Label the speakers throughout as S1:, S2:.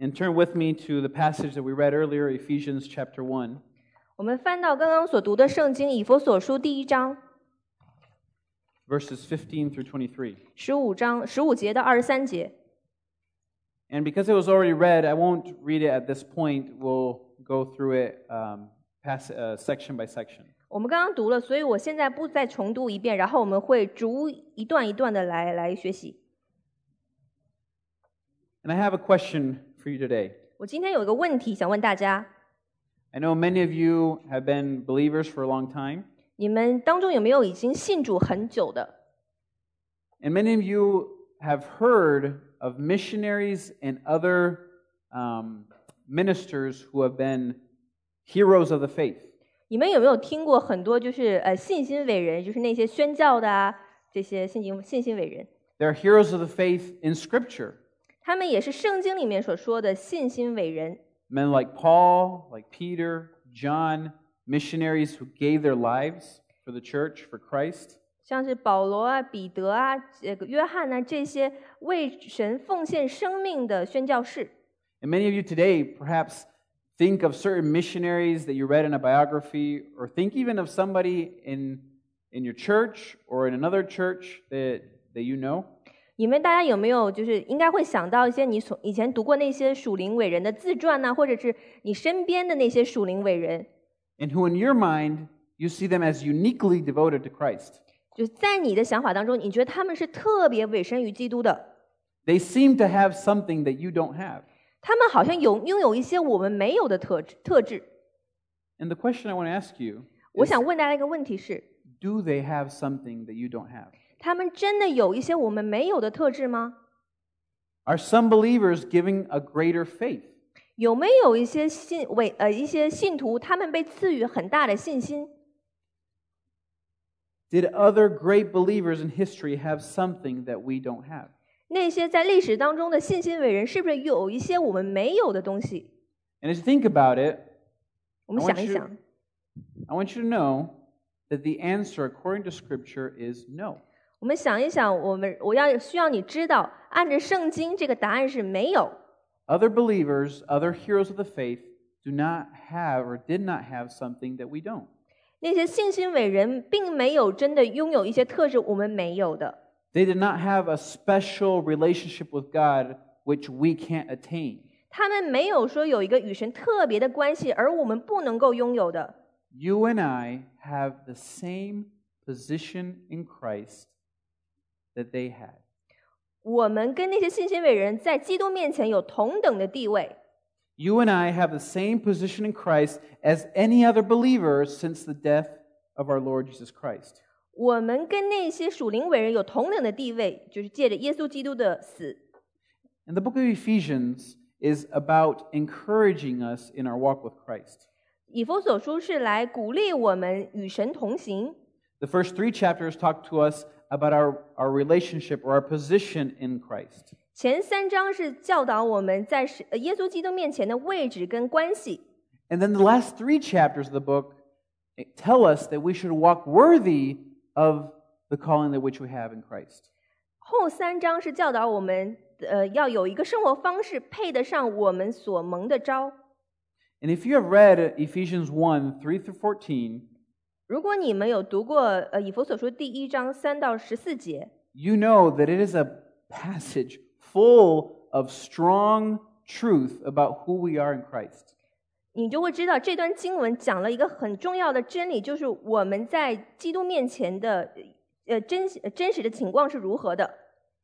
S1: And turn with me to the passage that we read earlier, Ephesians chapter 1.
S2: 我们翻到刚刚所读的圣经以佛所书第一章
S1: verses 15 through 23.
S2: 十五章十五节到二十三节。
S1: And because it was already read, I won't read it at this point. We'll go through it um, pass, uh, section by section.
S2: 我们刚刚读了，所以我现在不再重读一遍，然后我们会逐一段一段的来来学习。
S1: And I have a question for you today.
S2: 我今天有一个问题想问大家：
S1: I know many of you have been believers for a long time,
S2: 你们当中有没有已经信主很久的？
S1: and many of you have heard of missionaries and other um, ministers who have been heroes of the faith.
S2: 你们有没有听过很多就是呃信心伟人，就是那些宣教的啊，这些信心信心伟人，
S1: They're heroes of the faith in Scripture.
S2: 他们也是圣经里面所说的信心伟人。
S1: Men like Paul, like Peter, John, missionaries who gave their lives for the church, for Christ.
S2: 像是保罗啊、彼得啊、这个约翰呐、啊这些为神奉献生命的宣教士。
S1: And many of you today perhaps think of certain missionaries that you read in a biography, or think even of somebody in, in your church or in another church that, that you know.
S2: 你们大家有没有就是应该会想到一些你所以前读过那些属灵伟人的自传呐、或者是你身边的那些属灵伟人，
S1: and who in your mind you see them as uniquely devoted to Christ.
S2: 就是在你的想法当中，你觉得他们是特别委身于基督的，
S1: They seem to have something that you don't have.
S2: 他们好像有拥有一些我们没有的特质特质。
S1: And the question I want to ask you
S2: 我
S1: is,
S2: 想问大家一个问题是：
S1: do they have something that you don't have?
S2: 他们真的有一些我们没有的特质吗？
S1: Are some believers giving a greater faith?
S2: 有没有一些信为呃一些信徒，他们被赐予很大的信心？
S1: Did other great believers in history have something that we don't have?
S2: 那些在历史当中的信心伟人，是不是有一些我们没有的东西？
S1: And as you think about it,
S2: 我们
S1: I want
S2: 想一
S1: you-
S2: 想，
S1: I want you to know that the answer, according to Scripture, is no.
S2: 我们想一想，我们我要需要你知道，按着圣经，这个答案是没有。
S1: Other believers, other heroes of the faith, do not have or did not have something that we don't.
S2: 那些信心伟人并没有真的拥有一些特质我们没有的，
S1: They did not have a special relationship with God which we can't attain.
S2: 他们没有说有一个与神特别的关系，而我们不能够拥有的。
S1: You and I have the same position in Christ that they had.
S2: 我们跟那些信心伟人在基督面前有同等的地位。
S1: You and I have the same position in Christ as any other believer since the death of our Lord Jesus Christ.
S2: 我们跟那些属灵伟人有同等的地位，就是借着耶稣基督的死。
S1: And the book of Ephesians is about encouraging us in our walk with Christ.
S2: 以弗所书是来鼓励我们与神同行。
S1: The first three chapters talk to us about our, our relationship or our position in Christ.
S2: 前三章是教导我们在神呃耶稣基督面前的位置跟关系，
S1: And then the last three chapters of the book tell us that we should walk worthy of the calling that which we have in Christ.
S2: 后三章是教导我们呃要有一个生活方式配得上我们所蒙的招。
S1: And if you have read Ephesians 1 3 through 14,
S2: 如果你们有读过呃以弗所书第一章三到十四节，
S1: you know that it is a passage full of strong truth about who we are in Christ.
S2: 你就会知道这段经文讲了一个很重要的真理，就是我们在基督面前的呃真呃真实的情况是如何的。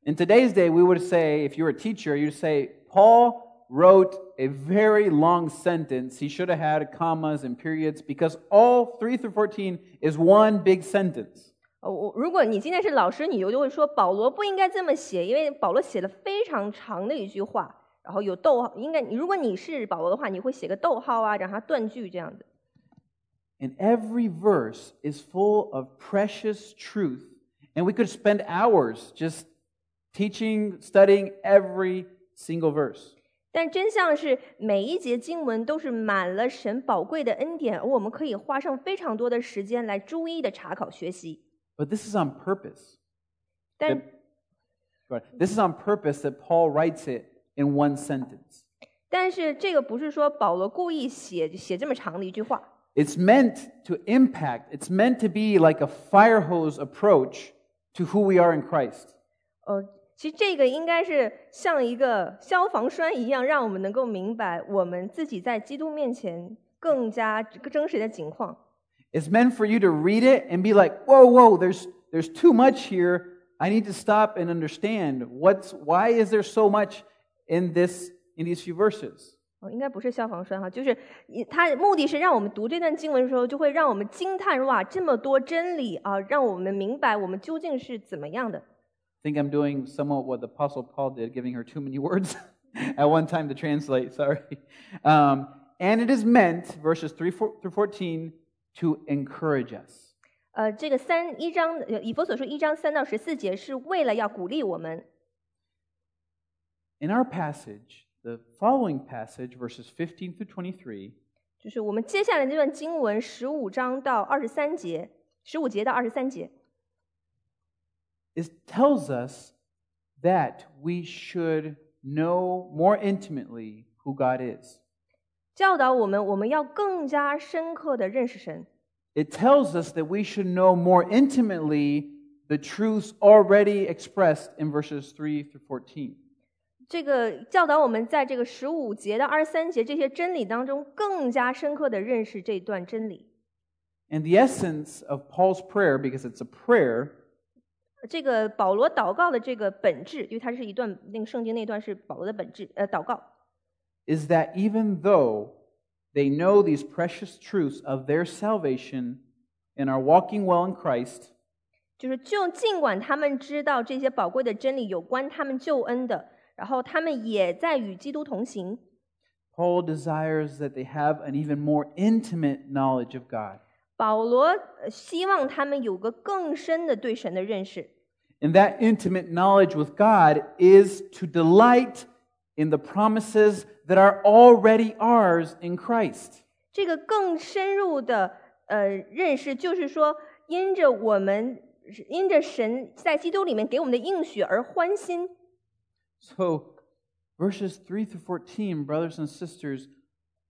S1: In today's day, we would say, if you were a teacher, you'd say, Paul wrote a very long sentence. He should have had commas and periods because all 3 through 14 is one big sentence.
S2: 呃，我如果你今天是老师，你就就会说保罗不应该这么写，因为保罗写了非常长的一句话，然后有逗号，应该如果你是保罗的话，你会写个逗号啊，然后断句这样子。
S1: And every verse is full of precious truth. And we could spend hours just teaching, studying every single verse.
S2: 但真相是，每一节经文都是满了神宝贵的恩典，而我们可以花上非常多的时间来逐一的查考学习。
S1: But this is on purpose.
S2: 但
S1: That- This is on purpose that Paul writes it in one sentence.
S2: 但是这个不是说保罗故意写写这么长的一句话，
S1: It's meant to impact, it's meant to be like a fire hose approach to who we are in Christ.
S2: 呃，其实这个应该是像一个消防栓一样，让我们能够明白我们自己在基督面前更加真实的情况。
S1: It's meant for you to read it and be like, whoa, whoa, there's, there's too much here. I need to stop and understand what's, why is there so much in this, in these few verses?
S2: 哦，应该不是消防栓哈，就是一它的目的是让我们读这段经文的时候，就会让我们惊叹哇，这么多真理啊，让我们明白我们究竟是怎么样的。
S1: I think I'm doing somewhat what the Apostle Paul did, giving her too many words at one time to translate. Sorry. Um, and it is meant, verses 3 four- through 14, to encourage us.
S2: 呃，这个三一章呃以佛所说一章三到十四节是为了要鼓励我们。
S1: In our passage, the following passage, verses 15 through 23,
S2: 就是我们接下来这段经文十五章到二十三节，十五节到二十三节，
S1: is, tells us that we should know more intimately who God is.
S2: 教导我们我们要更加深刻的认识神。
S1: It tells us that we should know more intimately the truths already expressed in verses 3 through 14.
S2: 这个教导我们在这个十五节到二十三节这些真理当中，更加深刻的认识这段真理。
S1: And the essence of Paul's prayer, because it's a prayer,
S2: 这个保罗祷告的这个本质，因为它是一段那个圣经那段是保罗的本质，呃，祷告。
S1: is that even though they know these precious truths of their salvation and are walking well in Christ,
S2: 就是就尽管他们知道这些宝贵的真理有关他们救恩的，然后他们也在与基督同行。
S1: Paul desires that they have an even more intimate knowledge of God.
S2: 保罗呃希望他们有个更深的对神的认识，
S1: And that intimate knowledge with God is to delight in the promises that are already ours in Christ.
S2: 这个更深入的呃认识，就是说因着我们因着神在基督里面给我们的应许而欢欣。
S1: So, verses 3 through 14, brothers and sisters,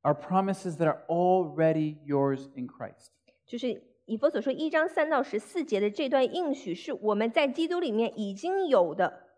S1: are promises that are already yours in Christ.
S2: 就是以佛所说一章三到十四节的这段应许，是我们在基督里面已经有的。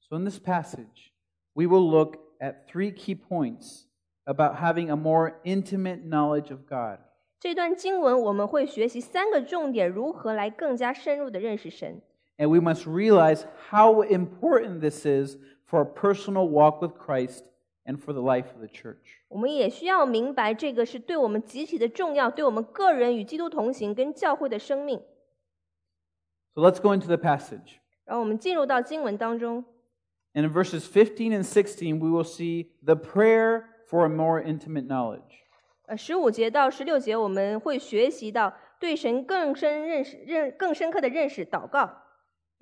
S1: So, in this passage, we will look at three key points about having a more intimate knowledge of God.
S2: 这段经文我们会学习三个重点，如何来更加深入的认识神。
S1: And we must realize how important this is for a personal walk with Christ and for the life of the church.
S2: 我们也需要明白，这个是对我们极其的重要，对我们个人与基督同行跟教会的生命。
S1: So let's go into the passage.
S2: 然后我们进入到经文当中，
S1: And in verses 15 and 16, we will see the prayer for a more intimate knowledge.
S2: 呃，十五节到十六节，我们会学习到对神更深认识、认更深刻的认识祷告。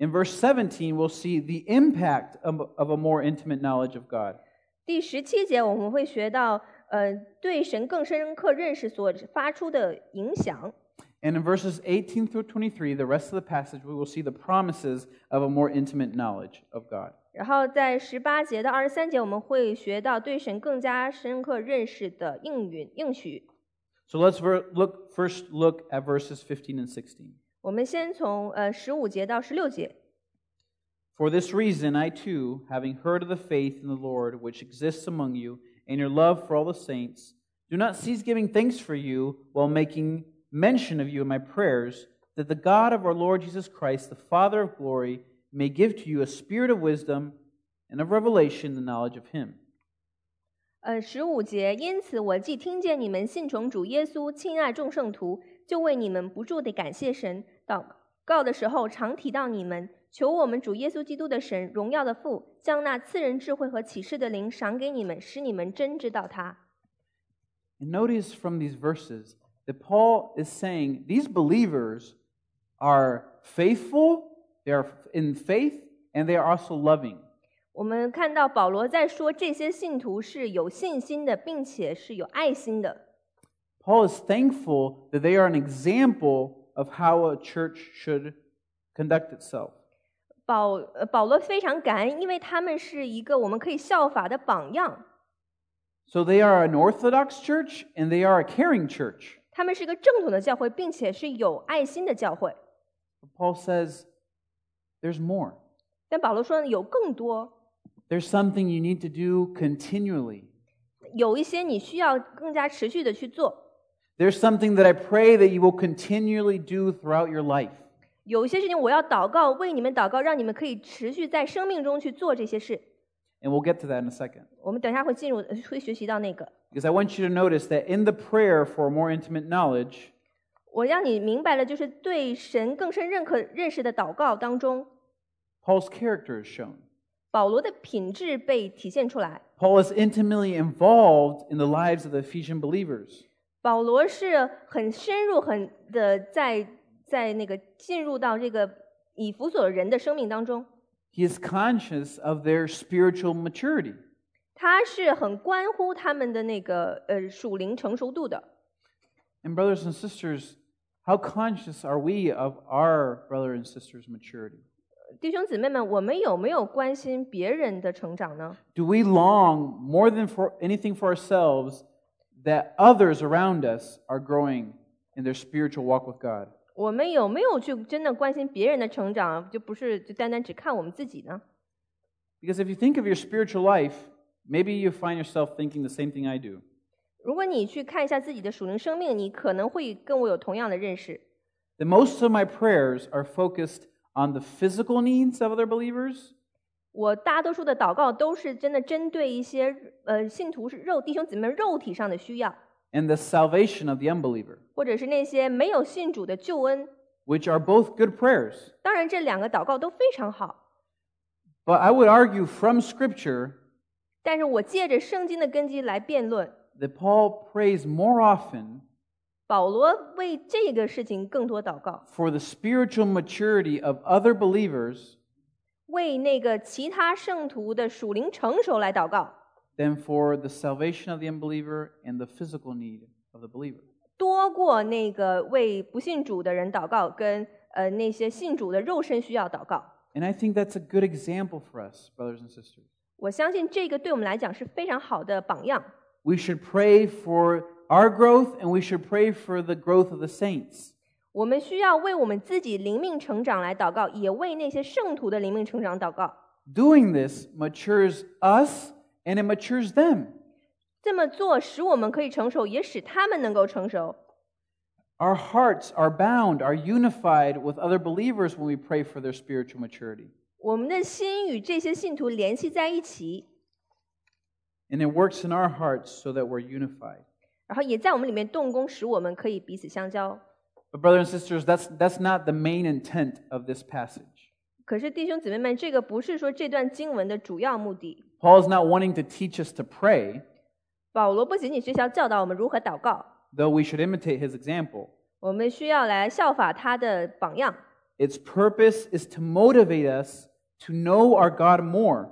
S1: In verse 17, we'll see the impact of of a more intimate knowledge of God.
S2: 第十七节我们会学到，呃，对神更深刻认识所发出的影响。
S1: And in verses 18 through 23, the rest of the passage, we will see the promises of a more intimate knowledge of God.
S2: 然后在十八节到二十三节，我们会学到对神更加深刻认识的应允应许。
S1: So let's ver- look, first look at verses 15 and 16.
S2: 我们先从呃十五节到十六节，
S1: For this reason, I too, having heard of the faith in the Lord which exists among you, and your love for all the saints, do not cease giving thanks for you while making mention of you in my prayers, that the God of our Lord Jesus Christ, the Father of glory, may give to you a spirit of wisdom and of revelation, in the knowledge of Him.
S2: 呃，十五节，因此我既听见你们信从主耶稣，亲爱众圣徒，就为你们不住地感谢神。祷告的时候常提到你们，求我们主耶稣基督的神，荣耀的父，将那赐人智慧和启示的灵赏给你们，使你们真知道他。
S1: And notice from these verses that Paul is saying these believers are faithful, they are in faith, and they are also loving.
S2: 我们看到保罗在说这些信徒是有信心的，并且是有爱心的。
S1: Paul is thankful that they are an example of how a church should conduct itself.
S2: 保呃保罗非常感恩，因为他们是一个我们可以效法的榜样。
S1: So they are an Orthodox church and they are a caring church.
S2: 他们是个正统的教会，并且是有爱心的教会。
S1: But Paul says there's more.
S2: 但保罗说呢有更多，
S1: There's something you need to do continually.
S2: 有一些你需要更加持续的去做，
S1: There's something that I pray that you will continually do throughout your life.
S2: 有一些事情我要祷告，为你们祷告，让你们可以持续在生命中去做这些事。
S1: And we'll get to that in a second.
S2: 我们等一下会进入，呃会学习到那个。
S1: Because I want you to notice that in the prayer for more intimate knowledge,
S2: 我让你明白了，就是对神更深认可认识的祷告当中，
S1: Paul's character is shown.
S2: 保罗的品质被体现出来。
S1: Paul is intimately involved in the lives of the Ephesian believers.
S2: 保罗是很深入、很的在在那个进入到这个以弗所人的生命当中，
S1: He is conscious of their spiritual maturity.
S2: 他是很关乎他们的那个呃属灵成熟度的。
S1: And, brothers and sisters, how conscious are we of our brother and sister's maturity?
S2: 弟兄姊妹们，我们有没有关心别人的成长呢？
S1: Do we long more than for anything for ourselves that others around us are growing in their spiritual walk with God?
S2: 我们有没有去真的关心别人的成长，就不是就单单只看我们自己呢？
S1: Because if you think of your spiritual life, maybe you find yourself thinking the same thing I do.
S2: 如果你去看一下自己的属灵生命，你可能会跟我有同样的认识。
S1: That most of my prayers are focused on the physical needs of other believers
S2: 我大多数的祷告都是真的针对一些呃信徒是肉弟兄姊妹肉体上的需要，
S1: and the salvation of the unbeliever,
S2: 或者是那些没有信主的救恩。
S1: which are both good prayers.
S2: 当然，这两个祷告都非常好，
S1: But I would argue from Scripture
S2: 但是我借着圣经的根基来辩论，
S1: that Paul prays more often
S2: 保罗为这个事情更多祷告，
S1: for the spiritual maturity of other believers
S2: 为那个其他圣徒的属灵成熟来祷告，
S1: than for the salvation of the unbeliever and the physical need of the believer.
S2: 多过那个为不信主的人祷告，跟呃那些信主的肉身需要祷告。
S1: And I think that's a good example for us, brothers and sisters.
S2: 我相信这个对我们来讲是非常好的榜样。
S1: We should pray for our growth and we should pray for the growth of the saints.
S2: 我们需要为我们自己灵命成长来祷告，也为那些圣徒的灵命成长祷告。
S1: Doing this matures us and it matures them.
S2: 这么做使我们可以成熟，也使他们能够成熟。
S1: Our hearts are bound, are unified with other believers when we pray for their spiritual maturity.
S2: 我们的心与这些信徒联系在一起，
S1: And it works in our hearts so that we're unified.
S2: 然后也在我们里面动工，使我们可以彼此相交。
S1: But, brothers and sisters, that's, that's not the main intent of this passage.
S2: 可是弟兄姊妹们，这个不是说这段经文的主要目的。
S1: Paul is not wanting to teach us to pray,
S2: 保罗不仅仅是要教导我们如何祷告，
S1: though we should imitate his example.
S2: 我们需要来效法他的榜样。
S1: Its purpose is to motivate us to know our God more.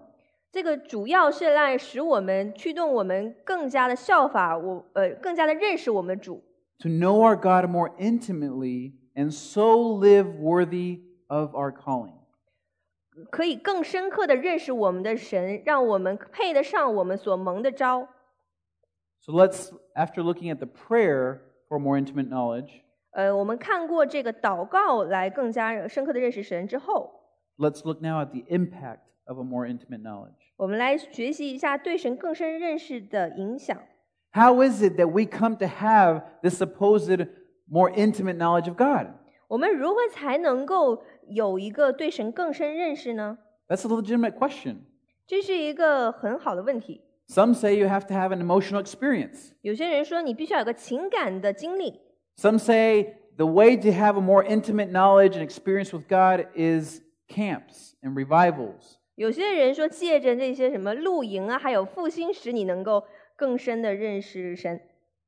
S2: 这个主要是来使我们驱动我们更加的效法我，呃，更加的认识我们的主，
S1: to know our God more intimately and so live worthy of our calling.
S2: 可以更深刻的认识我们的神，让我们配得上我们所蒙的招。
S1: So let's, after looking at the prayer for more intimate knowledge,
S2: 呃，我们看过这个祷告来更加深刻的认识神之后，
S1: let's look now at the impact of a more intimate knowledge.
S2: 我们来学习一下对神更深认识的影响。
S1: How is it that we come to have this supposed more intimate knowledge of God?
S2: 我们如何才能够有一个对神更深认识呢？
S1: That's a legitimate question.
S2: 这是一个很好的问题。
S1: Some say you have to have an emotional experience.
S2: 有些人说你必须要有个情感的经历，
S1: Some say the way to have a more intimate knowledge and experience with God is camps and revivals.
S2: 有些人说借着那些什么露营啊，还有复兴，使你能够更深的认识神。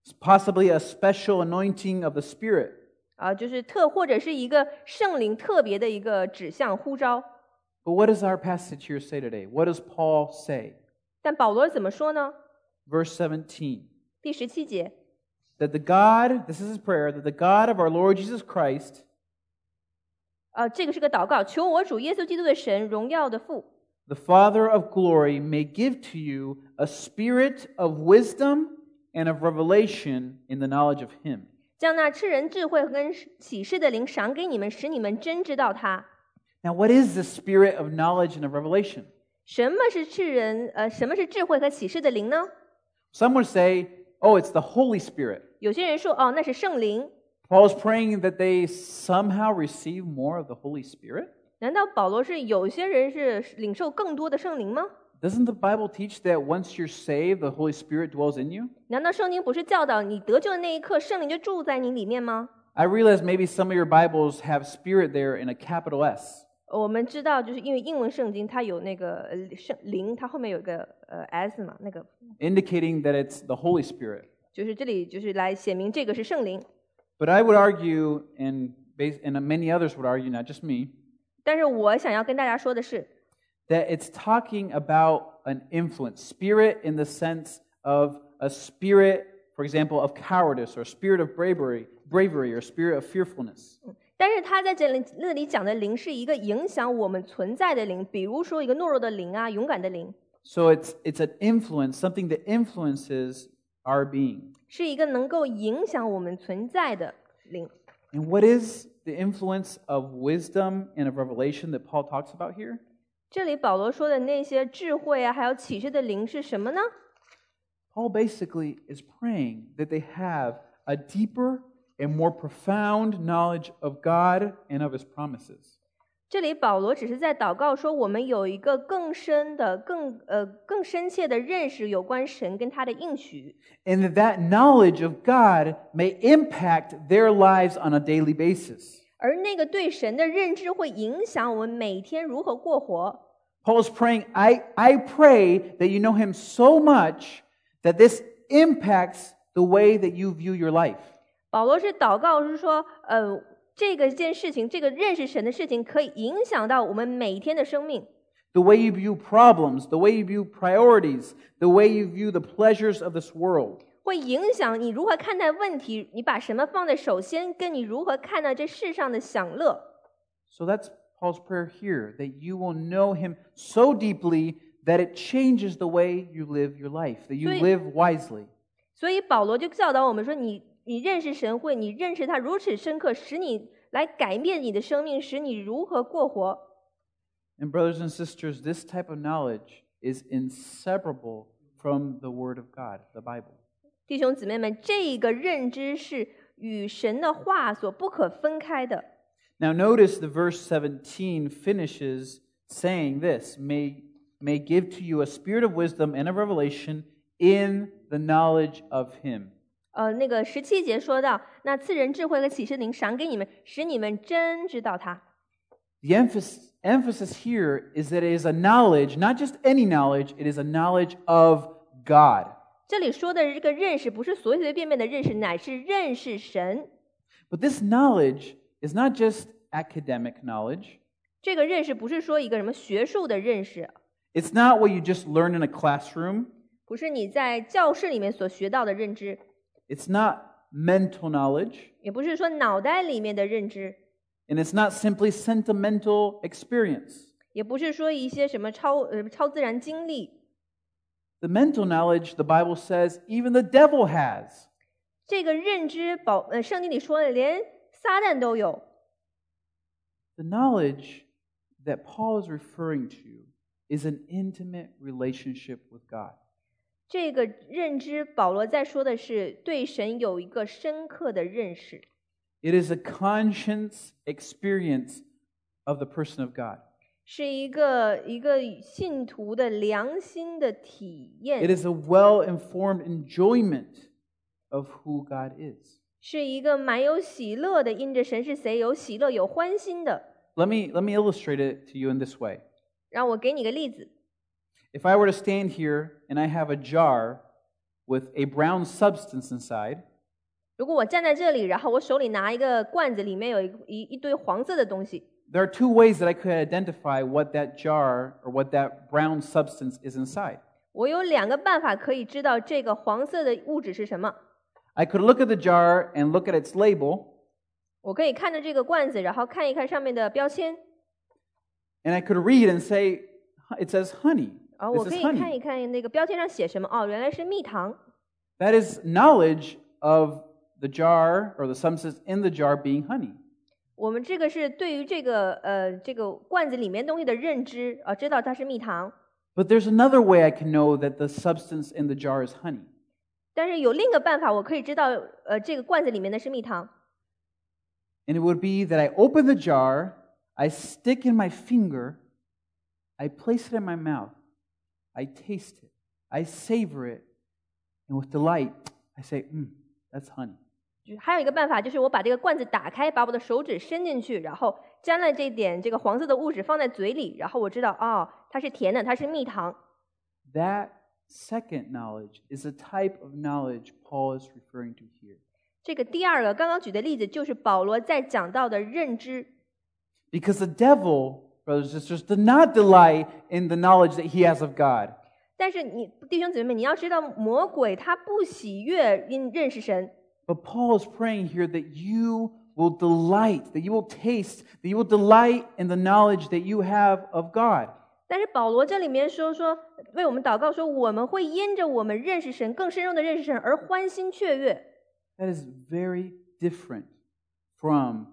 S1: It's possibly a special anointing of the Spirit.
S2: 啊，就是特或者是一个圣灵特别的一个指向呼召。
S1: But what does our passage here say today? What does Paul say?
S2: 但保罗怎么说呢？
S1: Verse 17
S2: 第十七节，
S1: that the God, this is his prayer, that the God of our Lord Jesus Christ,
S2: 呃啊，这个是个祷告，求我主耶稣基督的神荣耀的父，
S1: the Father of glory may give to you a spirit of wisdom and of revelation in the knowledge of Him.
S2: 将那吃人智慧和跟启示的灵赏给你们，使你们真知道他。
S1: Now, what is the spirit of knowledge and of revelation?
S2: 什么是智人？呃，什么是智慧和启示的灵呢？
S1: Some would say, oh, it's the Holy Spirit.
S2: 有些人说，哦，那是圣灵。
S1: Paul's praying that they somehow receive more of the Holy Spirit.
S2: 难道保罗是有些人是领受更多的圣灵吗？
S1: Doesn't the Bible teach that once you're saved, the Holy Spirit dwells in you?
S2: 难道圣经不是教导你得救的那一刻，圣灵就住在你里面吗？
S1: I realize maybe some of your Bibles have spirit there in a capital S.
S2: 我们知道，就是因为英文圣经它有那个呃圣灵，它后面有一个呃 s 嘛，那个
S1: indicating that it's the Holy Spirit.
S2: 就是这里就是来写明这个是圣灵。
S1: But I would argue, and, bas- and many others would argue, not just me,
S2: 但是我想要跟大家说的是，
S1: that it's talking about an influence, spirit in the sense of a spirit, for example, of cowardice or spirit of bravery, bravery or spirit of fearfulness.
S2: 但是他在这里那里讲的灵是一个影响我们存在的灵，比如说一个懦弱的灵啊，勇敢的灵，
S1: So it's, it's an influence, something that influences our being.
S2: 是一个能够影响我们存在的灵。
S1: And what is the influence of wisdom and of revelation that Paul talks about here?
S2: 这里保罗说的那些智慧啊，还有启示的灵是什么呢？
S1: Paul basically is praying that they have a deeper and more profound knowledge of God and of his promises.
S2: 这里保罗只是在祷告说，我们有一个更深的、更呃更深切的认识有关神跟他的应许，
S1: And that that knowledge of God may impact their lives on a daily basis.
S2: 而那个对神的认知会影响我们每天如何过活。
S1: Paul is praying, I, I pray that you know him so much that this impacts the way that you view your life.
S2: 保罗是祷告，是说，呃，这个件事情，这个认识神的事情，可以影响到我们每一天的生命，
S1: The way you view problems, the way you view priorities, the way you view the pleasures of this world.
S2: 会影响你如何看待问题，你把什么放在首先，跟你如何看待这世上的享乐。
S1: So that's Paul's prayer here that you will know him so deeply that it changes the way you live your life, that you
S2: Sweet.
S1: live wisely.
S2: 所以保罗就教导我们说，你你认识神会，你认识他如此深刻，使你来改变你的生命，使你如何过活。
S1: And, brothers and sisters, this type of knowledge is inseparable from the Word of God, the Bible.
S2: 弟兄姊妹们，这一个认知是与神的话所不可分开的。
S1: Now, notice the verse 17 finishes saying this may, may give to you a spirit of wisdom and of revelation in the knowledge of Him.
S2: 呃，那个十七节说到，那赐人智慧和启示灵赏给你们，使你们真知道他。
S1: The emphasis, emphasis here is that it is a knowledge, not just any knowledge, it is a knowledge of God.
S2: 这里说的这个认识，不是随随便便的认识，乃是认识神。
S1: But this knowledge is not just academic knowledge,
S2: 这个认识不是说一个什么学术的认识，
S1: it's not what you just learn in a classroom,
S2: 不是你在教室里面所学到的认知，
S1: it's not mental knowledge,
S2: 也不是说脑袋里面的认知，
S1: and it's not simply sentimental experience.
S2: 也不是说一些什么超呃超自然经历。
S1: The mental knowledge, the Bible says, even the devil has.
S2: 这个认知保呃，圣经里说的，连撒旦都有。
S1: The knowledge that Paul is referring to is an intimate relationship with God.
S2: 这个认知，保罗在说的是对神有一个深刻的认识，
S1: It is a conscience experience of the person of God.
S2: 是一个一个信徒的良心的体
S1: It
S2: 验，
S1: is a well informed enjoyment of who God is.
S2: 是一个满有喜乐的，因着神是谁有喜乐有欢心的。
S1: Let me, let me illustrate it to you in this way.
S2: 让我给你个例子，
S1: If I were to stand here and I have a jar with a brown substance inside,
S2: 如果我站在这里，然后我手里拿一个罐子，里面有一一一堆黄色的东西，
S1: there are two ways that I could identify what that jar or what that brown substance is inside.
S2: 我有两个办法可以知道这个黄色的物质是什么。
S1: I could look at the jar and look at its label,
S2: 我可以看着这个罐子，然后看一看上面的标签，
S1: and I could read and say, It says honey.
S2: 啊，我
S1: This is
S2: 可以看
S1: honey.
S2: 一看那个标签上写什么哦，原来是蜜糖。
S1: That is knowledge of the jar or the substance in the jar being honey.
S2: 我们这个是对于这个呃这个罐子里面东西的认知啊、知道它是蜜糖。
S1: But there's another way I can know that the substance in the jar is honey.
S2: 但是有另一个办法，我可以知道呃这个罐子里面的是蜜糖。
S1: And it would be that I open the jar, I stick in my finger, I place it in my mouth, I taste it, I savor it, and with delight, I say, mm, that's honey.
S2: 就还有一个办法，就是我把这个罐子打开，把我的手指伸进去，然后沾了这点这个黄色的物质放在嘴里，然后我知道哦，它是甜的，它是蜜糖。
S1: That second knowledge is the type of knowledge Paul is referring to here.
S2: 这个第二个刚刚举的例子就是保罗在讲到的认知，
S1: Because the devil, brothers and sisters, did not delight in the knowledge that he has of God.
S2: 但是你弟兄姊妹们，你要知道魔鬼他不喜悦认认识神，
S1: But Paul is praying here that you will delight, that you will taste, that you will delight in the knowledge that you have of God.
S2: 但是保罗这里面说说为我们祷告说，我们会因着我们认识神更深入的认识神而欢欣雀跃，
S1: That is very different from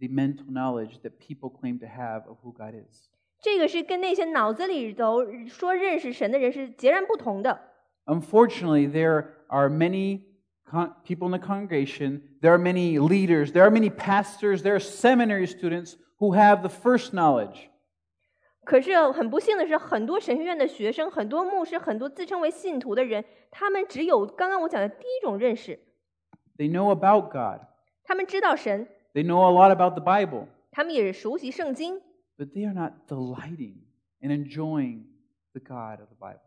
S1: the mental knowledge that people claim to have of who God is.
S2: 这个是跟那些脑子里头说认识神的人是截然不同的。
S1: Unfortunately, there are many con- people in the congregation, there are many leaders, there are many pastors, there are seminary students who have the first knowledge.
S2: 可是很不幸的是，很多神学院的学生、很多牧师、很多自称为信徒的人，他们只有刚刚我讲的第一种认识，
S1: They know about God,
S2: 他们知道神，
S1: they know a lot about the Bible,
S2: 他们也熟悉圣经，
S1: but they are not delighting and enjoying the God of the Bible.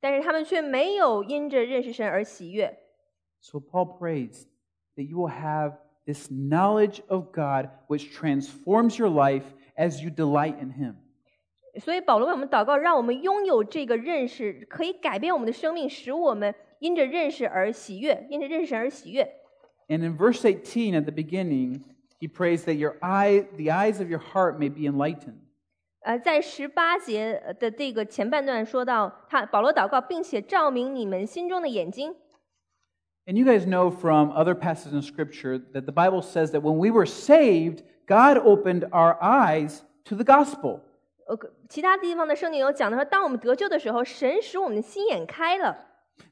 S2: 但是他们却没有因着认识神而喜悦。
S1: So Paul prays that you will have this knowledge of God which transforms your life as you delight in Him.
S2: 所以保罗为我们祷告，让我们拥有这个认识，可以改变我们的生命，使我们因着认识而喜悦，因着认识神而喜悦。
S1: And in verse 18 at the beginning, he prays that your eye, the eyes of your heart may be enlightened.
S2: 呃，在十八节呃的这个前半段说到，他保罗祷告，并且照明你们心中的眼睛。
S1: And you guys know from other passages in Scripture that the Bible says that when we were saved, God opened our eyes to the gospel.
S2: 呃，可其他地方的圣经有讲的说，当我们得救的时候，神使我们的心眼开了。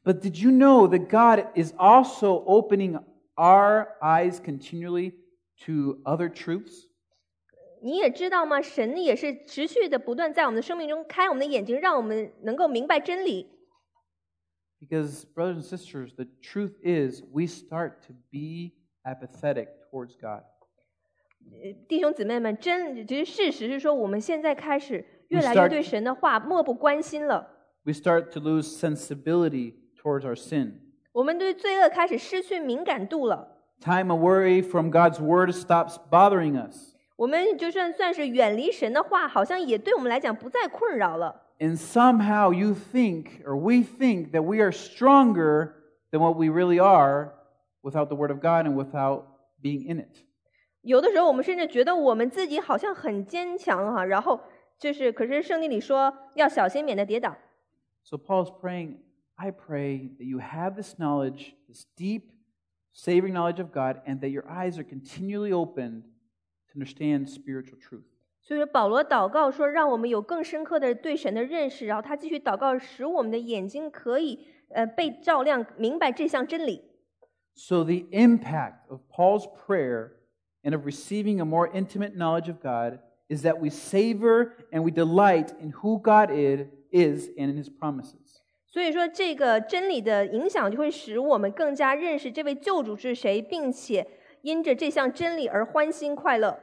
S1: But did you know that God is also opening our eyes continually to other truths?
S2: 你也知道吗？神也是持续的不断在我们的生命中开我们的眼睛，让我们能够明白真理。
S1: Because, brothers and sisters, the truth is we start to be apathetic towards God.
S2: 呃弟兄姊妹们，真其实事实是说，我们现在开始越
S1: We
S2: 来越
S1: start-
S2: 对神的话漠不关心了，
S1: We start to lose sensibility towards our sin.
S2: 我们对罪恶开始失去敏感度了。
S1: Time of worry from God's word stops bothering us.
S2: 我们就算算是远离神的话，好像也对我们来讲不再困扰了。
S1: And somehow you think, or we think, that we are stronger than what we really are without the word of God and without being in it.
S2: 有的时候，我们甚至觉得我们自己好像很坚强哈、然后就是，可是圣经里说要小心，免得跌倒。
S1: So Paul's praying, I pray that you have this knowledge, this deep, saving knowledge of God, and that your eyes are continually opened to understand spiritual truth.
S2: 所以说，保罗祷告说，让我们有更深刻的对神的认识。然后他继续祷告，使我们的眼睛可以呃被照亮，明白这项真理。
S1: So the impact of Paul's prayer and of receiving a more intimate knowledge of God is that we savor and we delight in who God i- is and in his promises.
S2: 所以说，这个真理的影响就会使我们更加认识这位救主是谁，并且因着这项真理而欢欣快乐。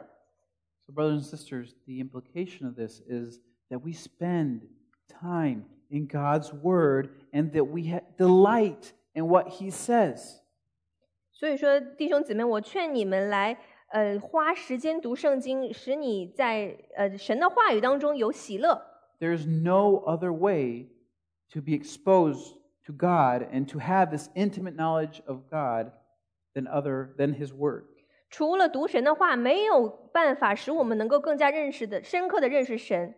S1: So, brothers and sisters, the implication of this is that we spend time in God's Word and that we ha- delight in what He says.
S2: 所以说，弟兄姊妹，我劝你们来，呃，花时间读圣经，使你在呃神的话语当中有喜乐。
S1: There's no other way to be exposed to God and to have this intimate knowledge of God than other than His Word.
S2: 除了读神的话，没有办法使我们能够更加认识的、深刻的认识神。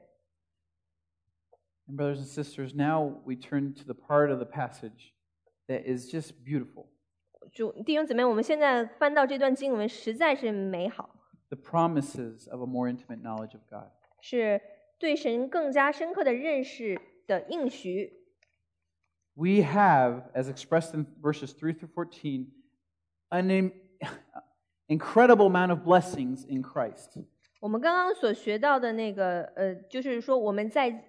S1: And brothers and sisters, now we turn to the part of the passage that is just beautiful.
S2: 主弟兄姊妹，我们现在翻到这段经文，实在是美好，
S1: The promises of a more intimate knowledge of God.
S2: 是对神更加深刻的认识的应许。
S1: We have, as expressed in verses 3 through 14, an in- incredible amount of blessings in Christ.
S2: 我们刚刚所学到的那个，呃，就是说我们在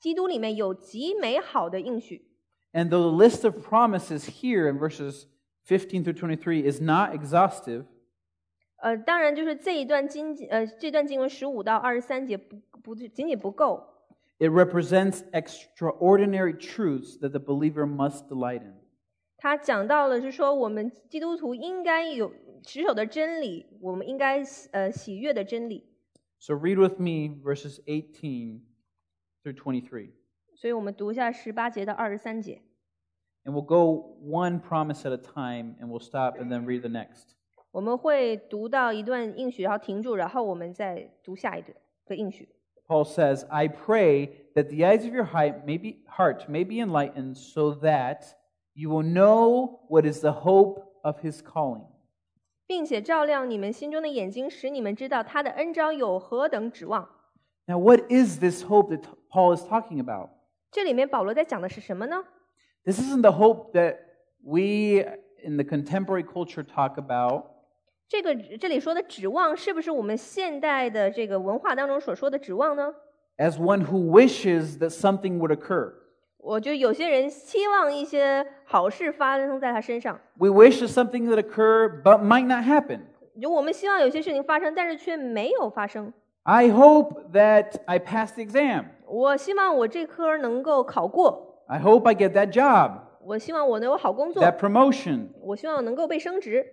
S2: 基督里面有极美好的应许。
S1: And though the list of promises here in verses 15 through 23 is not exhaustive,
S2: 呃，当然就是这一段经呃这段经文十五到二十三节不不仅仅不够，
S1: it represents extraordinary truths that the believer must delight in.
S2: 他讲到了是说我们基督徒应该有持守的真理，我们应该喜呃喜悦的真理。
S1: So read with me verses 18 through 23.
S2: 所以我们读一下十八节到二十三节。
S1: And we'll go one promise at a time and we'll stop and then read the next.
S2: 我们会读到一段应许，然后停住，然后我们再读下一段的应许。
S1: Paul says, I pray that the eyes of your heart may be, heart may be enlightened so that you will know what is the hope of his calling.
S2: 并且照亮你们心中的眼睛，使你们知道他的恩招有何等指望。
S1: Now, what is this hope that t- Paul is talking about?
S2: 这里面保罗在讲的是什么呢？
S1: This isn't the hope that we in the contemporary culture talk about.
S2: 这个这里说的指望，是不是我们现代的这个文化当中所说的指望呢？
S1: as one who wishes that something would occur.
S2: 我觉得有些人期望一些好事发生在他身上，
S1: We wish that something would occur, but might not happen.
S2: 就我们希望有些事情发生，但是却没有发生。
S1: I hope that I pass the exam.
S2: 我希望我这科能够考过，
S1: I hope I get that job,
S2: 我希望我能有好工作，
S1: that promotion.
S2: 我希望我能够被升职。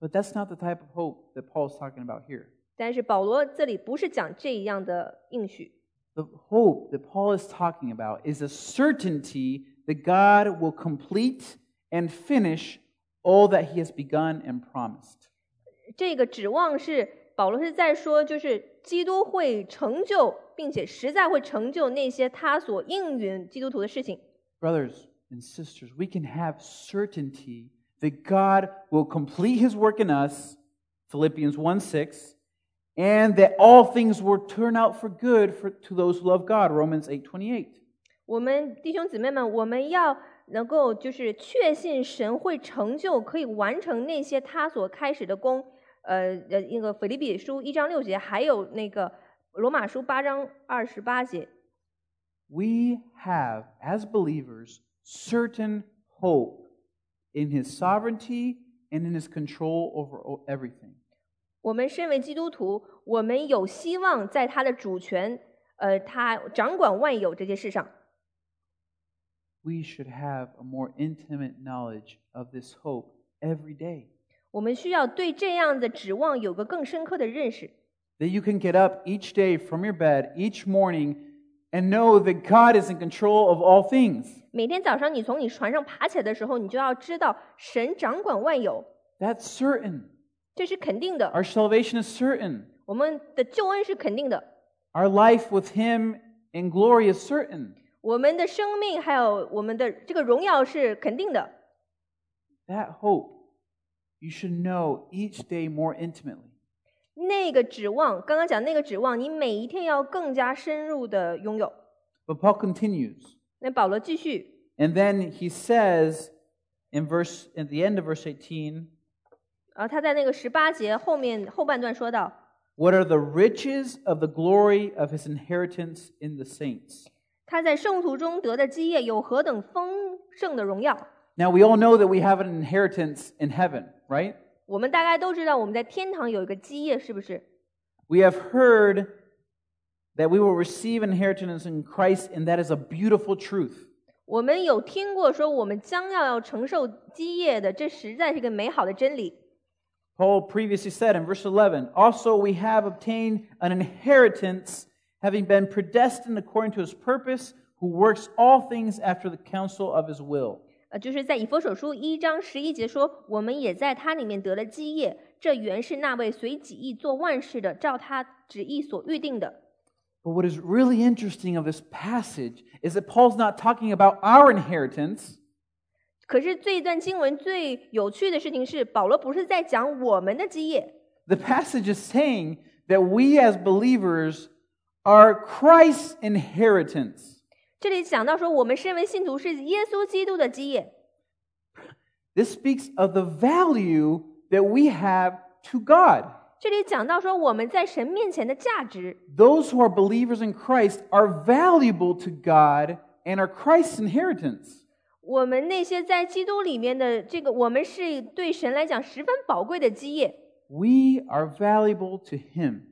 S1: But that's not the type of hope that Paul's talking about here.
S2: 但是保罗这里不是讲这样的应许，
S1: The hope that Paul is talking about is a certainty that God will complete and finish all that he has begun and promised.
S2: 这个指望是保罗是在说，就是基督会成就，并且实在会成就那些他所应允基督徒的事情。
S1: Brothers and sisters, we can have certainty that God will complete his work in us, Philippians 1 6, and that all things will turn out for good for, to those who love God, Romans eight twenty eight.
S2: 我们弟兄姊妹们，我们要能够就是确信神会成就，可以完成那些他所开始的功。呃呃，那个腓立比书一章六节，还有那个罗马书八章二十八节，
S1: We have, as believers, certain hope in his sovereignty and in his control over o- everything.
S2: 我们身为基督徒，我们有希望在他的主权，呃，他掌管万有这件事上。
S1: We should have a more intimate knowledge of this hope every day.
S2: 我们需要对这样的指望有个更深刻的认识，
S1: that you can get up each day from your bed, each morning, and know that God is in control of all things.
S2: 每天早上你从你床上爬起来的时候，你就要知道神掌管万有，
S1: That's certain.
S2: 这是肯定的。
S1: Our salvation is certain.
S2: 我们的救恩是肯定的，
S1: Our life with Him in glory is certain.
S2: 我们的生命还有我们的这个荣耀是肯定的。
S1: That hope you should know each day more intimately.
S2: 那个指望，刚刚讲那个指望，你每一天要更加深入的拥有。
S1: But Paul continues,
S2: 那保罗继续
S1: and then he says in verse at the end of verse 18,
S2: 然后啊他在那个十八节后面后半段说到：
S1: what are the riches of the glory of his inheritance in the saints?
S2: 他在圣徒中得的基业有何等丰盛的荣耀！
S1: Now we all know that we have an inheritance in heaven, right?
S2: 我们大概都知道我们在天堂有一个基业，是不是？
S1: We have heard that we will receive inheritance in Christ, and that is a beautiful truth.
S2: 我们有听过说我们将要要承受基业的，这实在是个美好的真理。
S1: Paul previously said in verse 11 Also, we have obtained an inheritance, having been predestined according to his purpose, who works all things after the counsel of his will.
S2: 呃，就是在以佛所书一章十一节说，我们也在他里面得了基业，这原是那位随己意做万事的，照他旨意所预定的。
S1: But what is really interesting of this passage is that Paul's not talking about our inheritance.
S2: 可是这一段经文最有趣的事情是，保罗不是在讲我们的基业，
S1: The passage is saying that we as believers are Christ's inheritance.
S2: 这里讲到说，我们身为信徒是耶稣基督的基业，
S1: This speaks of the value that we have to God.
S2: 这里讲到说我们在神面前的价值。
S1: Those who are believers in Christ are valuable to God and are Christ's inheritance.
S2: 我们那些在基督里面的这个，我们是对神来讲十分宝贵的基业，
S1: We are valuable to Him.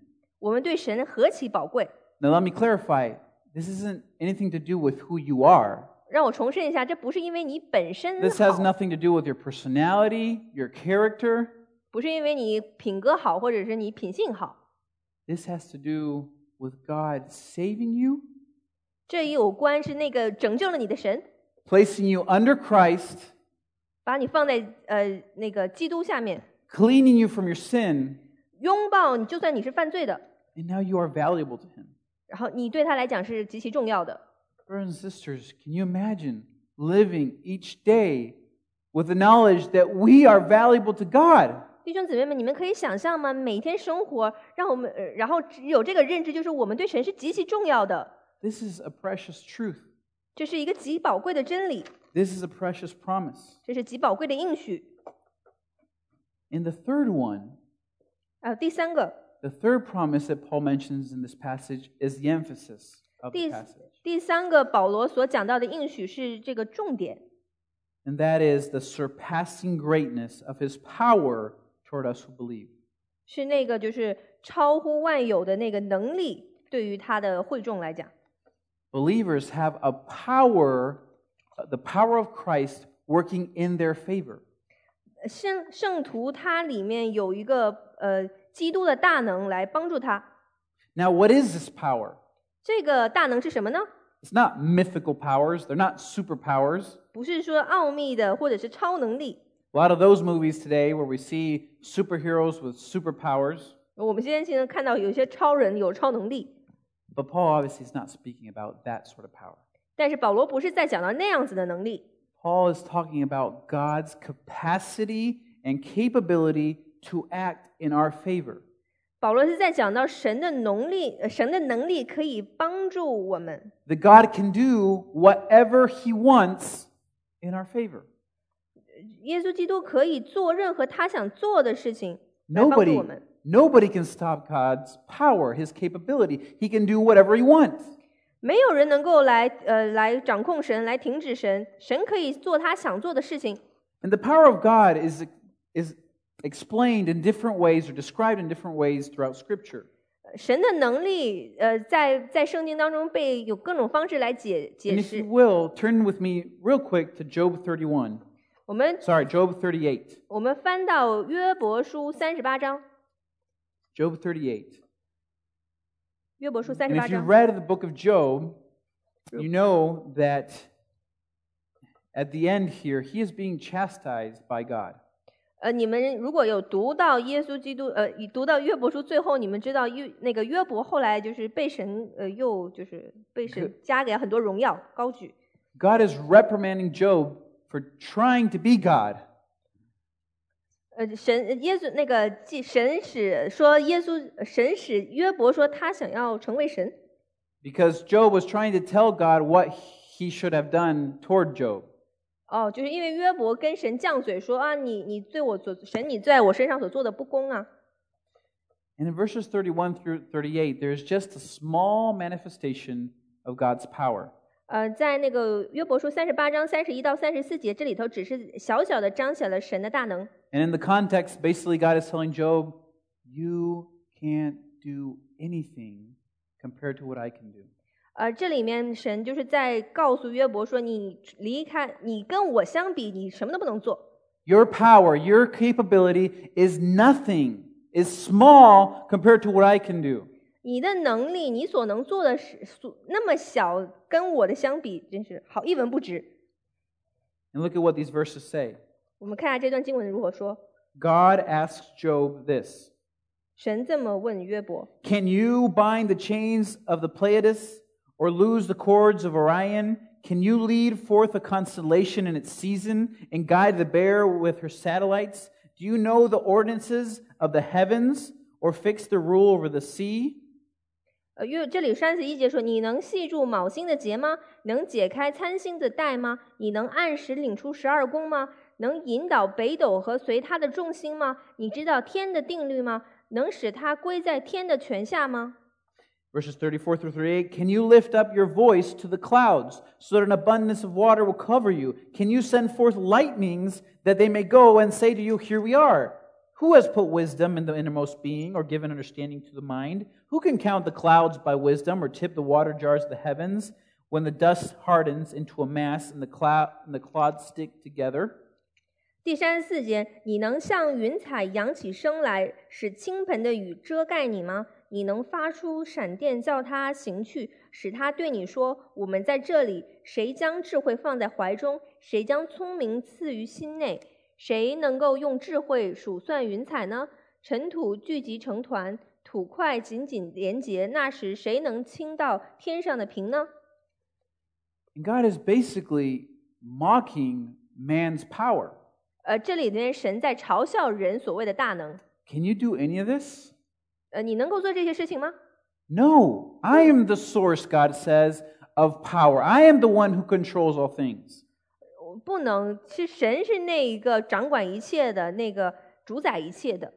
S2: 我们对神何其宝贵！
S1: Now, let me clarify this isn't anything to do with who you are.
S2: 让我重申一下，这不是因为你本身
S1: This has
S2: 好，
S1: nothing to do with your personality, your character.
S2: 不是因为你品格好，或者是你品性好，
S1: This has to do with God saving you,
S2: 这有关是那个拯救了你的神，
S1: placing you under Christ,
S2: 把你放在呃那个基督下面，
S1: cleaning you from your sin,
S2: 拥抱你，就算你是犯罪的，
S1: and now you are valuable to Him.
S2: 然后你对他来讲是极其重要的。
S1: Brothers and sisters, can you imagine living each day with the knowledge that we are valuable to God?
S2: 弟兄姊妹们，你们可以想象吗？每天生活，让我们，呃然后只有这个认知，就是我们对神是极其重要的，
S1: This is a precious truth.
S2: 这是一个极宝贵的真理，
S1: This is a precious promise.
S2: 这是极宝贵的应许。
S1: And the third one,
S2: 还有呃第三个，
S1: the third promise that Paul mentions in this passage is the emphasis of the
S2: 第
S1: passage.
S2: 第三个保罗所讲到的应许是这个重点，
S1: And that is the surpassing greatness of his power toward us who believe.
S2: 是那个就是超乎万有的那个能力，对于他的会众来讲，
S1: Believers have a power, the power of Christ working in their favor.
S2: 呃圣圣徒他里面有一个呃基督的大能来帮助他，
S1: Now, what is this power?
S2: 这个大能是什么呢？
S1: It's not mythical powers, they're not superpowers.
S2: 不是说奥秘的或者是超能力。
S1: A lot of those movies today where we see superheroes with superpowers,
S2: 我们现在现在看到有一些超人有超能力，
S1: but Paul obviously is not speaking about that sort of power.
S2: 但是保罗不是在讲到那样子的能力，
S1: Paul is talking about God's capacity and capability to act in our favor.
S2: 保罗是在讲到神的能力，呃神的能力可以帮助我们，
S1: that God can do whatever he wants in our favor.
S2: 耶稣基督可以做任何他想做的事情来帮助
S1: Nobody,
S2: 我们。
S1: nobody can stop God's power, his capability. He can do whatever he wants.
S2: 没有人能够来呃来掌控神，来停止神，神可以做他想做的事情。
S1: And the power of God is, is explained in different ways or described in different ways throughout Scripture.
S2: 呃神的能力，呃，在在圣经当中被有各种方式来解
S1: And
S2: 解
S1: if you
S2: 释。
S1: will, turn with me real quick to Job 31.
S2: 我们
S1: Sorry, Job 38.
S2: 我们翻到约伯书三十八章，
S1: Job 38.
S2: 约伯书三
S1: And
S2: 十八
S1: if you
S2: 章。
S1: read the book of Job, you know that at the end here, he is being chastised by God.
S2: 呃，你们如果有读到耶稣基督，呃，以读到约伯书最后，你们知道约那个约伯后来就是被神，呃，又就是被神加给很多荣耀高举。
S1: God is reprimanding Job for trying to be God.
S2: 呃，神耶稣那个即神使说耶稣呃神使约伯说他想要成为神，
S1: Because Job was trying to tell God what he should have done toward Job.
S2: 哦，就是因为约伯跟神犟嘴说啊，你你对我所神你在我身上所做的不公啊。
S1: And in verses 31 through 38, there's just a small manifestation of God's power.
S2: 呃，在那个约伯书三十八章三十一到三十四节，这里头只是小小的彰显了神的大能。
S1: And in the context, basically, God is telling Job, You can't do anything compared to what I can do.
S2: 呃，这里面神就是在告诉约伯说，你离开，你跟我相比，你什么都不能做。
S1: Your power, your capability is nothing, is small compared to what I can do.
S2: 你的能力，你所能做的是所那么小，跟我的相比，真是好一文不值。
S1: And look at what these verses say.
S2: 我们看下这段经文如何说。
S1: God asks Job this
S2: 神这么问约伯
S1: Can you bind the chains of the Pleiades or lose the cords of Orion? Can you lead forth a constellation in its season and guide the bear with her satellites? Do you know the ordinances of the heavens or fix the rule over the sea?
S2: 呃，约这里三十一节说：“你能系住卯星的结吗？能解开参星的带吗？你能按时领出十二宫吗？能引导北斗和随它的重心吗？你知道天的定律吗？能使它归在天的权下吗？”
S1: Verses 34 through 38 Can you lift up your voice to the clouds so that an abundance of water will cover you? Can you send forth lightnings that they may go and say to you, Here we are? Who has put wisdom in the innermost being or given understanding to the mind? Who can count the clouds by wisdom or tip the water jars of the heavens when the dust hardens into a mass and the, cloud, and the clods stick together?
S2: 第三十四节，你能像云彩扬起升来，使倾盆的雨遮盖你吗？你能发出闪电叫它行去，使它对你说：“我们在这里。”谁将智慧放在怀中？谁将聪明赐于心内？谁能够用智慧数算云彩呢？尘土聚集成团，土块紧紧连结，那时谁能倾到天上的瓶呢？
S1: And God is basically mocking man's power.
S2: 呃，这里面神在嘲笑人所谓的大能。
S1: Can you do any of this?
S2: 呃，你能够做这些事情吗？
S1: No, I am the source, God says, of power. I am the one who controls all things.
S2: 我不能，是神是那一个掌管一切的，那个主宰一切的。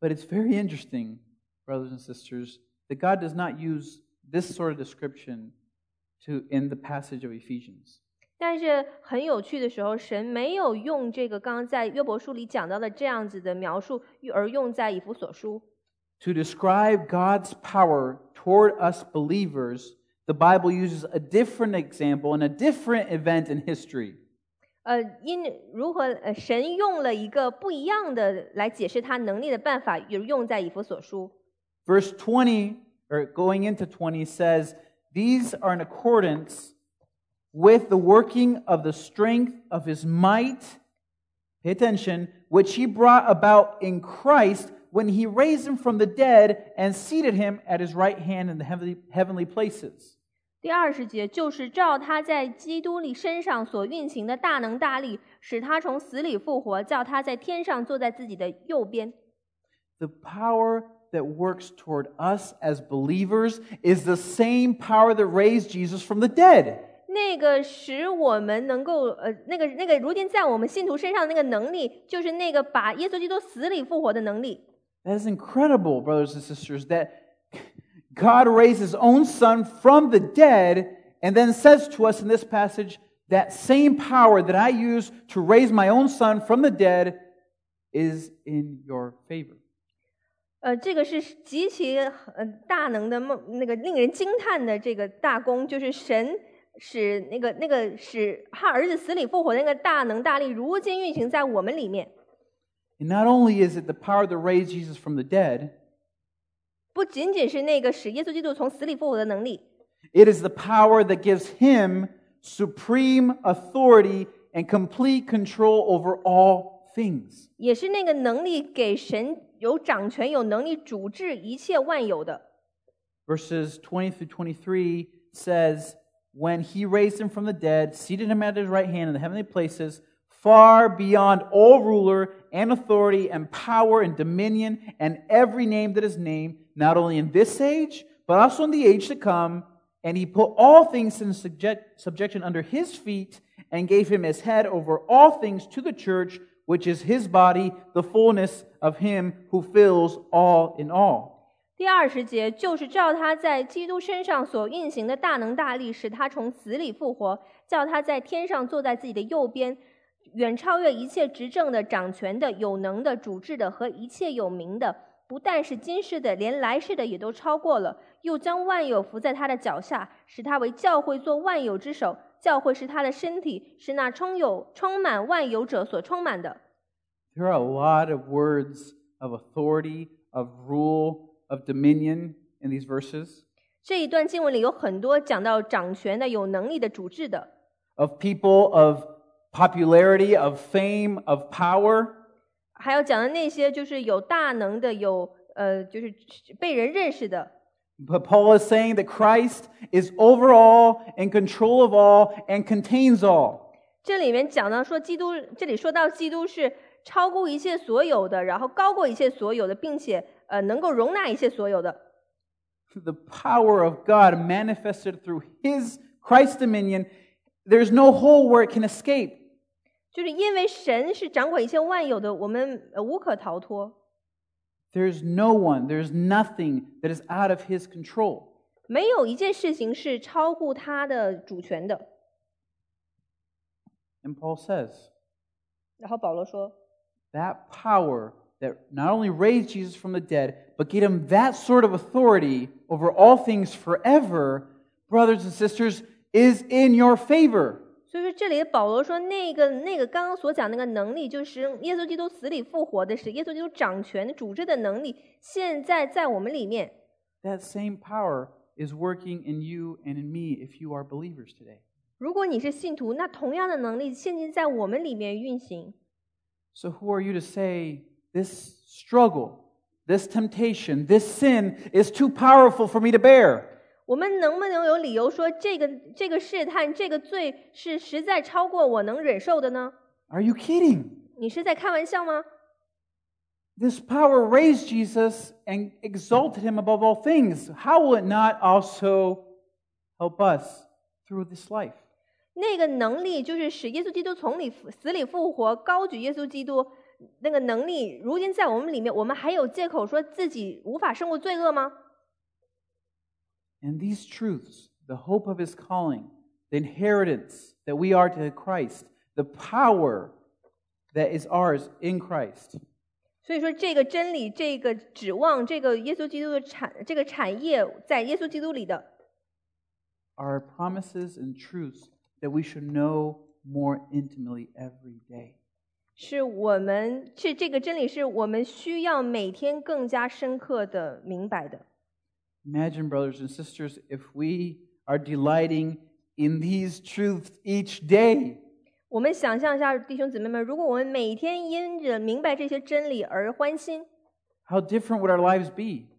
S1: But it's very interesting, brothers and sisters, that God does not use this sort of description to in the passage of Ephesians.
S2: 但是很有趣的时候，神没有用这个刚刚在约伯书里讲到的这样子的描述，而用在以弗所书。
S1: To describe God's power toward us believers, the Bible uses a different example and a different event in history.
S2: 呃，因如何呃，神用了一个不一样的来解释他能力的办法，也用在以弗所书。
S1: Verse 20, or going into 20, says, These are in accordance with the working of the strength of his might, pay attention, which he brought about in Christ when he raised him from the dead and seated him at his right hand in the heavenly, heavenly places.
S2: 第二十节就是照他在基督里身上所运行的大能大力，使他从死里复活，叫他在天上坐在自己的右边。
S1: The power that works toward us as believers is the same power that raised Jesus from the dead.
S2: 那个使我们能够呃，那个那个如今在我们信徒身上的那个能力，就是那个把耶稣基督死里复活的能力。
S1: That is incredible, brothers and sisters, that God raised his own son from the dead and then says to us in this passage, that same power that I use to raise my own son from the dead is in your favor.
S2: 呃，这个是极其呃大能的梦，那个令人惊叹的这个大功，就是神使那个那个使他儿子死里复活的那个大能大力，如今运行在我们里面。
S1: And not only is it the power that raised Jesus from the dead,
S2: 不仅仅是那个使耶稣基督从死里复活的能力，
S1: it is the power that gives him supreme authority and complete control over all things.
S2: 也是那个能力给神有掌权、有能力主治一切万有的。
S1: verses 20 through 23 says, When he raised him from the dead, seated him at his right hand in the heavenly places, far beyond all ruler and authority and power and dominion and every name that is named, not only in this age, but also in the age to come. And he put all things in subject, subjection under his feet and gave him his head over all things to the church, which is his body, the fullness of him who fills all in all.
S2: 第二十节就是照他在基督身上所运行的大能大力，使他从死里复活，叫他在天上坐在自己的右边，远超越一切执政的、掌权的、有能的、主治的和一切有名的，不但是今世的，连来世的也都超过了。又将万有伏在他的脚下，使他为教会做万有之首。教会是他的身体，是那充有充满万有者所充满的。
S1: There are a lot of words of authority, of rule, of dominion in these verses,
S2: 这一段经文里有很多讲到掌权的、有能力的、主治的。
S1: of people, of popularity, of fame, of power.
S2: 还有讲的那些就是有大能的，有呃，就是被人认识的。
S1: But Paul is saying that Christ is over all, in control of all, and contains all.
S2: 这里面讲到说，基督这里说到基督是超过一切所有的，然后高过一切所有的，并且呃能够容纳一切所有的。
S1: The power of God manifested through his Christ's dominion. There's no hole where it can escape.
S2: 就是因为神是掌管一切万有的，我们呃无可逃脱，
S1: There's no one, there's nothing that is out of his control.
S2: 没有一件事情是超乎他的主权的。
S1: And Paul says
S2: 然后保罗说，
S1: that power that not only raised Jesus from the dead, but gave him that sort of authority over all things forever, brothers and sisters, is in your favor.
S2: 所以说这里保罗说那个那个刚刚所讲那个能力，就是耶稣基督死里复活的是耶稣基督掌权主治的能力，现在在我们里面。
S1: That same power is working in you and in me if you are believers today.
S2: 如果你是信徒，那同样的能力现今在我们里面运行。
S1: So, who are you to say this struggle, this temptation, this sin is too powerful for me to bear?
S2: 我们能不能有理由说这个这个试探、这个罪是实在超过我能忍受的呢？
S1: Are you kidding?
S2: 你是在开玩笑吗？
S1: This power raised Jesus and exalted him above all things. How will it not also help us through this life?
S2: 那个能力就是使耶稣基督从里复死里复活，高举耶稣基督那个能力，如今在我们里面，我们还有借口说自己无法胜过罪恶吗？
S1: And these truths, the hope of his calling, the inheritance that we are to Christ, the power that is ours in Christ,
S2: 所以说，这个真理、这个指望、这个耶稣基督的产这个产业，在耶稣基督里的，
S1: are promises and truths that we should know more intimately every day.
S2: 是我们是这个真理，是我们需要每天更加深刻的明白的。
S1: Imagine, brothers and sisters, if we are delighting in these truths each day.
S2: 我们想象一下，弟兄姊妹们，如果我们每天因着明白这些真理而欢心，
S1: How different would our lives be?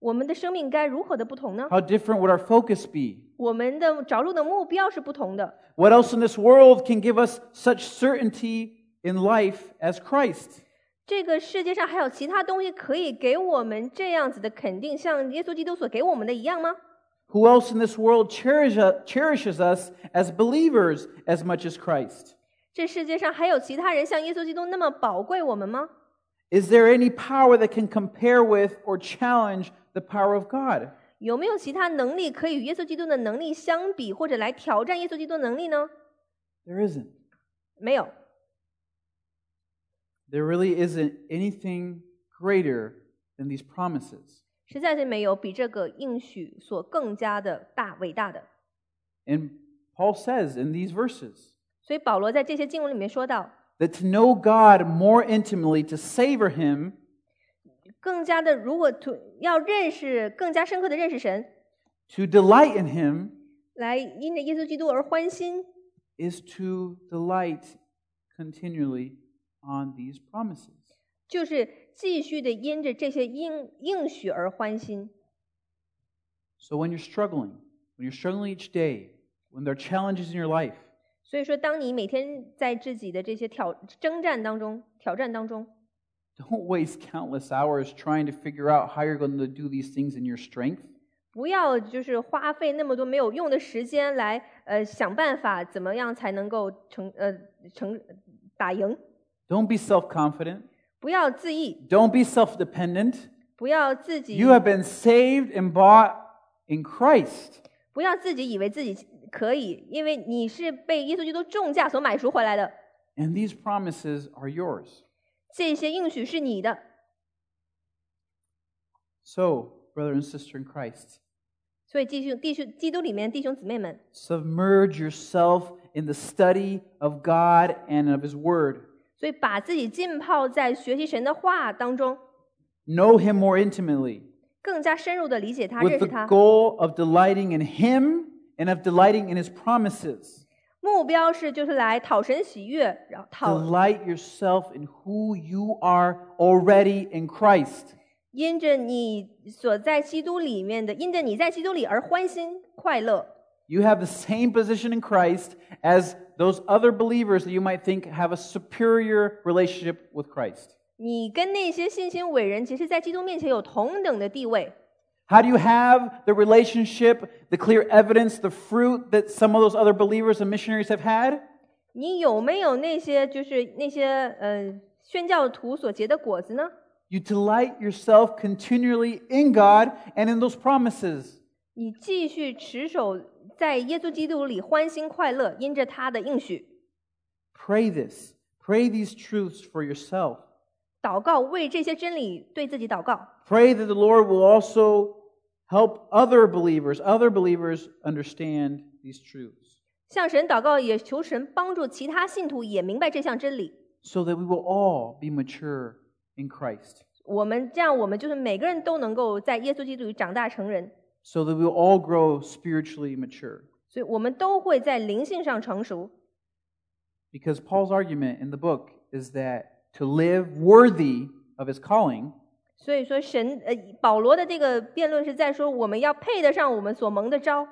S2: 我们的生命该如何的不同呢？
S1: How different would our focus be?
S2: 我们的着陆的目标是不同的。
S1: What else in this world can give us such certainty in life as Christ?
S2: 这个世界上还有其他东西可以给我们这样子的肯定，像耶稣基督所给我们的一样吗？
S1: Who else in this world cherish, cherishes us as believers as much as Christ?
S2: 这世界上还有其他人像耶稣基督那么宝贵我们吗？
S1: Is there any power that can compare with or challenge the power of God?
S2: 有没有其他能力可以与耶稣基督的能力相比，或者来挑战耶稣基督的能力呢？
S1: There isn't.
S2: 没有，
S1: There really isn't anything greater than these promises.
S2: 实在是没有比这个应许所更加的大伟大的。
S1: And Paul says in these verses,
S2: 所以保罗在这些经文里面说到，
S1: that to know God more intimately, to savor Him,
S2: 更加的如果 to- 要认识更加深刻的认识神，
S1: to delight in Him,
S2: 来因着耶稣基督而欢心，
S1: is to delight continually on these promises.
S2: 就是继续的因着这些应应许而欢心。
S1: So when you're struggling, when you're struggling each day, when there are challenges in your life,
S2: 所以说，当你每天在自己的这些挑征战当中、挑战当中，
S1: don't waste countless hours trying to figure out how you're going to do these things in your strength.
S2: 不要就是花费那么多没有用的时间来呃想办法怎么样才能够成呃成打赢，
S1: Don't be self confident.
S2: 不要自意，
S1: Don't be self dependent.
S2: 不要自己
S1: You have been saved and bought in Christ.
S2: 不要自己以为自己可以，因为你是被耶稣基督重价所买赎回来的，
S1: And these promises are yours.
S2: 这些应许是你的。
S1: So, brother and sister in Christ,
S2: 所以，弟兄弟兄基督里面的弟兄姊妹们，
S1: submerge yourself in the study of God and of His Word.
S2: 所以把自己浸泡在学习神的话当中，
S1: Know Him more intimately
S2: 更加深入的理解他、认
S1: with
S2: 识
S1: the
S2: 他，
S1: goal of delighting in Him and of delighting in His promises.
S2: 目标是就是来讨神喜悦，然后讨
S1: Delight yourself in who you are already in Christ.
S2: 因着你所在基督里面的，因着你在基督里而欢欣快乐。
S1: You have the same position in Christ as those other believers that you might think have a superior relationship with Christ.
S2: 你跟那些信心伟人，其实在基督面前有同等的地位。
S1: How do you have the relationship, the clear evidence, the fruit that some of those other believers and missionaries have had?
S2: 你有没有那些就是那些呃宣教徒所结的果子呢？
S1: You delight yourself continually in God and in those promises.
S2: 你继续持守在耶稣基督里欢欣快乐，因着他的应许，
S1: Pray this. Pray these truths for yourself.
S2: 祷告为这些真理对自己祷告。
S1: Pray that the Lord will also help other believers, other believers understand these truths.
S2: 向神祷告，也求神帮助其他信徒也明白这项真理。
S1: so that we will all be mature in Christ,
S2: 我们这样，我们就是每个人都能够在耶稣基督里长大成人，
S1: so that we will all grow spiritually mature.
S2: 所以我们都会在灵性上成熟。
S1: Because Paul's argument in the book is that to live worthy of his calling
S2: 所以说神，呃，保罗的这个辩论是在说，我们要配得上我们所蒙的招，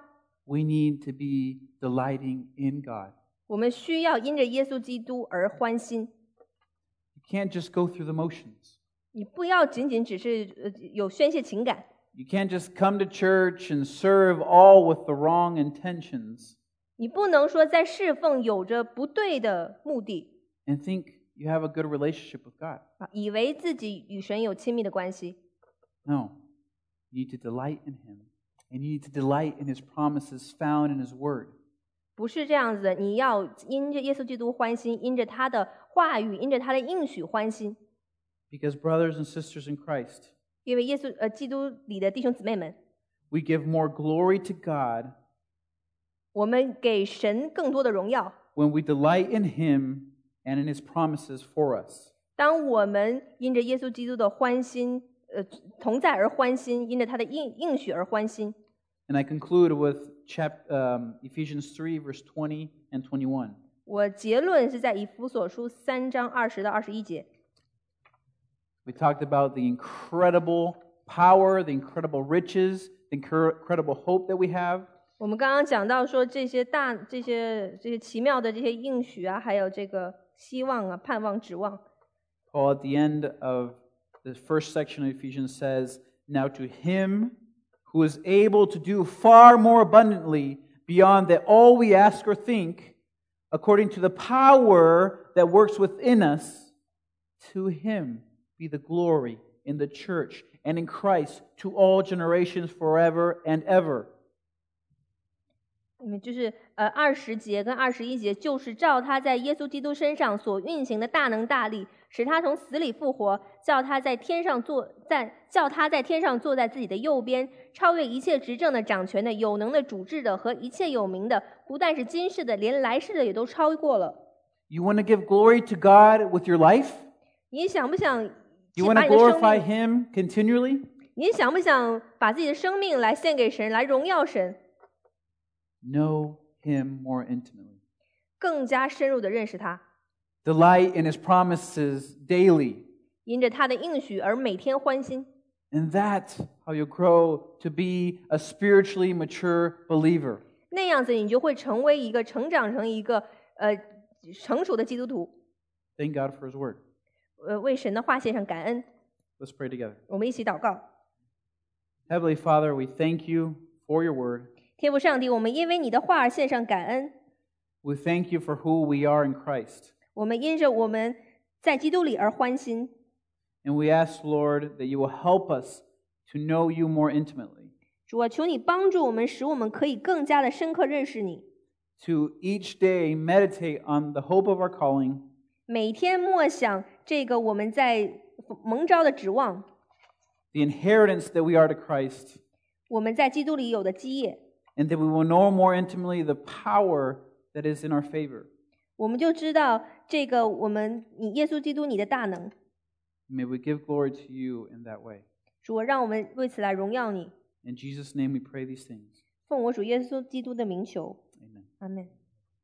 S1: we need to be delighting in God.
S2: 我们需要因着耶稣基督而欢欣。
S1: You can't just go through the motions.
S2: 你不要仅仅只是呃有宣泄情感，
S1: You can't just come to church and serve all with the wrong intentions
S2: 你不能说在侍奉有着不对的目的
S1: and think you have a good relationship with God.
S2: 啊，以为自己与神有亲密的关系。
S1: No. You need to delight in Him, and you need to delight in His promises found in His Word.
S2: 不是这样子的，你要因着耶稣基督欢心，因着他的话语，因着他的应许欢心。
S1: Because, brothers and sisters in Christ,
S2: 因为耶稣呃，基督里的弟兄姊妹们，
S1: we give more glory to God
S2: 我们给神更多的荣耀。
S1: when we delight in Him and in His promises for us.
S2: 当我们因着耶稣基督的欢心，呃，同在而欢心，因着他的应应许而欢心。
S1: And I conclude with chap- um, Ephesians 3, verse 20 and 21.
S2: 我结论是在以弗所书三章二十到二十一节。
S1: We talked about the incredible power, the incredible riches, the incre- incredible hope that we have.
S2: 我们刚刚讲到说这些大、这些、这些奇妙的这些应许啊，还有这个希望啊、盼望、指望。
S1: Paul, at the end of the first section of Ephesians, says, Now to him who is able to do far more abundantly beyond that all we ask or think, according to the power that works within us, to him be the glory in the church and in Christ to all generations forever and ever.
S2: 嗯，就是呃二十节跟二十一节，就是照他在耶稣基督身上所运行的大能大力，使他从死里复活，叫他在天上坐在叫他在天上坐在自己的右边，超越一切执政的、掌权的、有能的、主治的和一切有名的，不但是今世的，连来世的也都超过了。
S1: You want to give glory to God with your life?
S2: 你想不想
S1: You
S2: 去
S1: want
S2: 把
S1: to
S2: 你的生
S1: glorify
S2: 命
S1: him continually?
S2: 您想不想把自己的生命来献给神，来荣耀神，
S1: Know him more intimately.
S2: 更加深入的认识他，
S1: delight in his promises daily.
S2: 因着他的应许而每天欢欣？
S1: And that's how you grow to be a spiritually mature believer.
S2: 那样子，你就会成为一个成长成一个呃成熟的基督徒。
S1: Thank God for his word.
S2: 呃，为神的话献上感恩。
S1: Let's pray together.
S2: 我们一起祷告，
S1: Heavenly Father, we thank you for your word.
S2: 天父上帝，我们因为你的话而献上感恩。
S1: We thank you for who we are in Christ.
S2: 我们因着我们在基督里而欢欣。
S1: And we ask, Lord, that you will help us to know you more intimately,
S2: 主啊，求你帮助我们，使我们可以更加的深刻认识你。
S1: to each day meditate on the hope of our calling,
S2: 每天默想这个我们在蒙召的指望，
S1: the inheritance that we are to Christ,
S2: 我们在基督里有的基业，
S1: and that we will know more intimately the power that is in our favor.
S2: 我们就知道这个我们你耶稣基督你的大能。
S1: May we give glory to you in that way.
S2: 主啊，让我们为此来荣耀你。
S1: In Jesus' name we pray these things.
S2: 奉我主耶稣基督的名求，
S1: Amen.
S2: 阿门。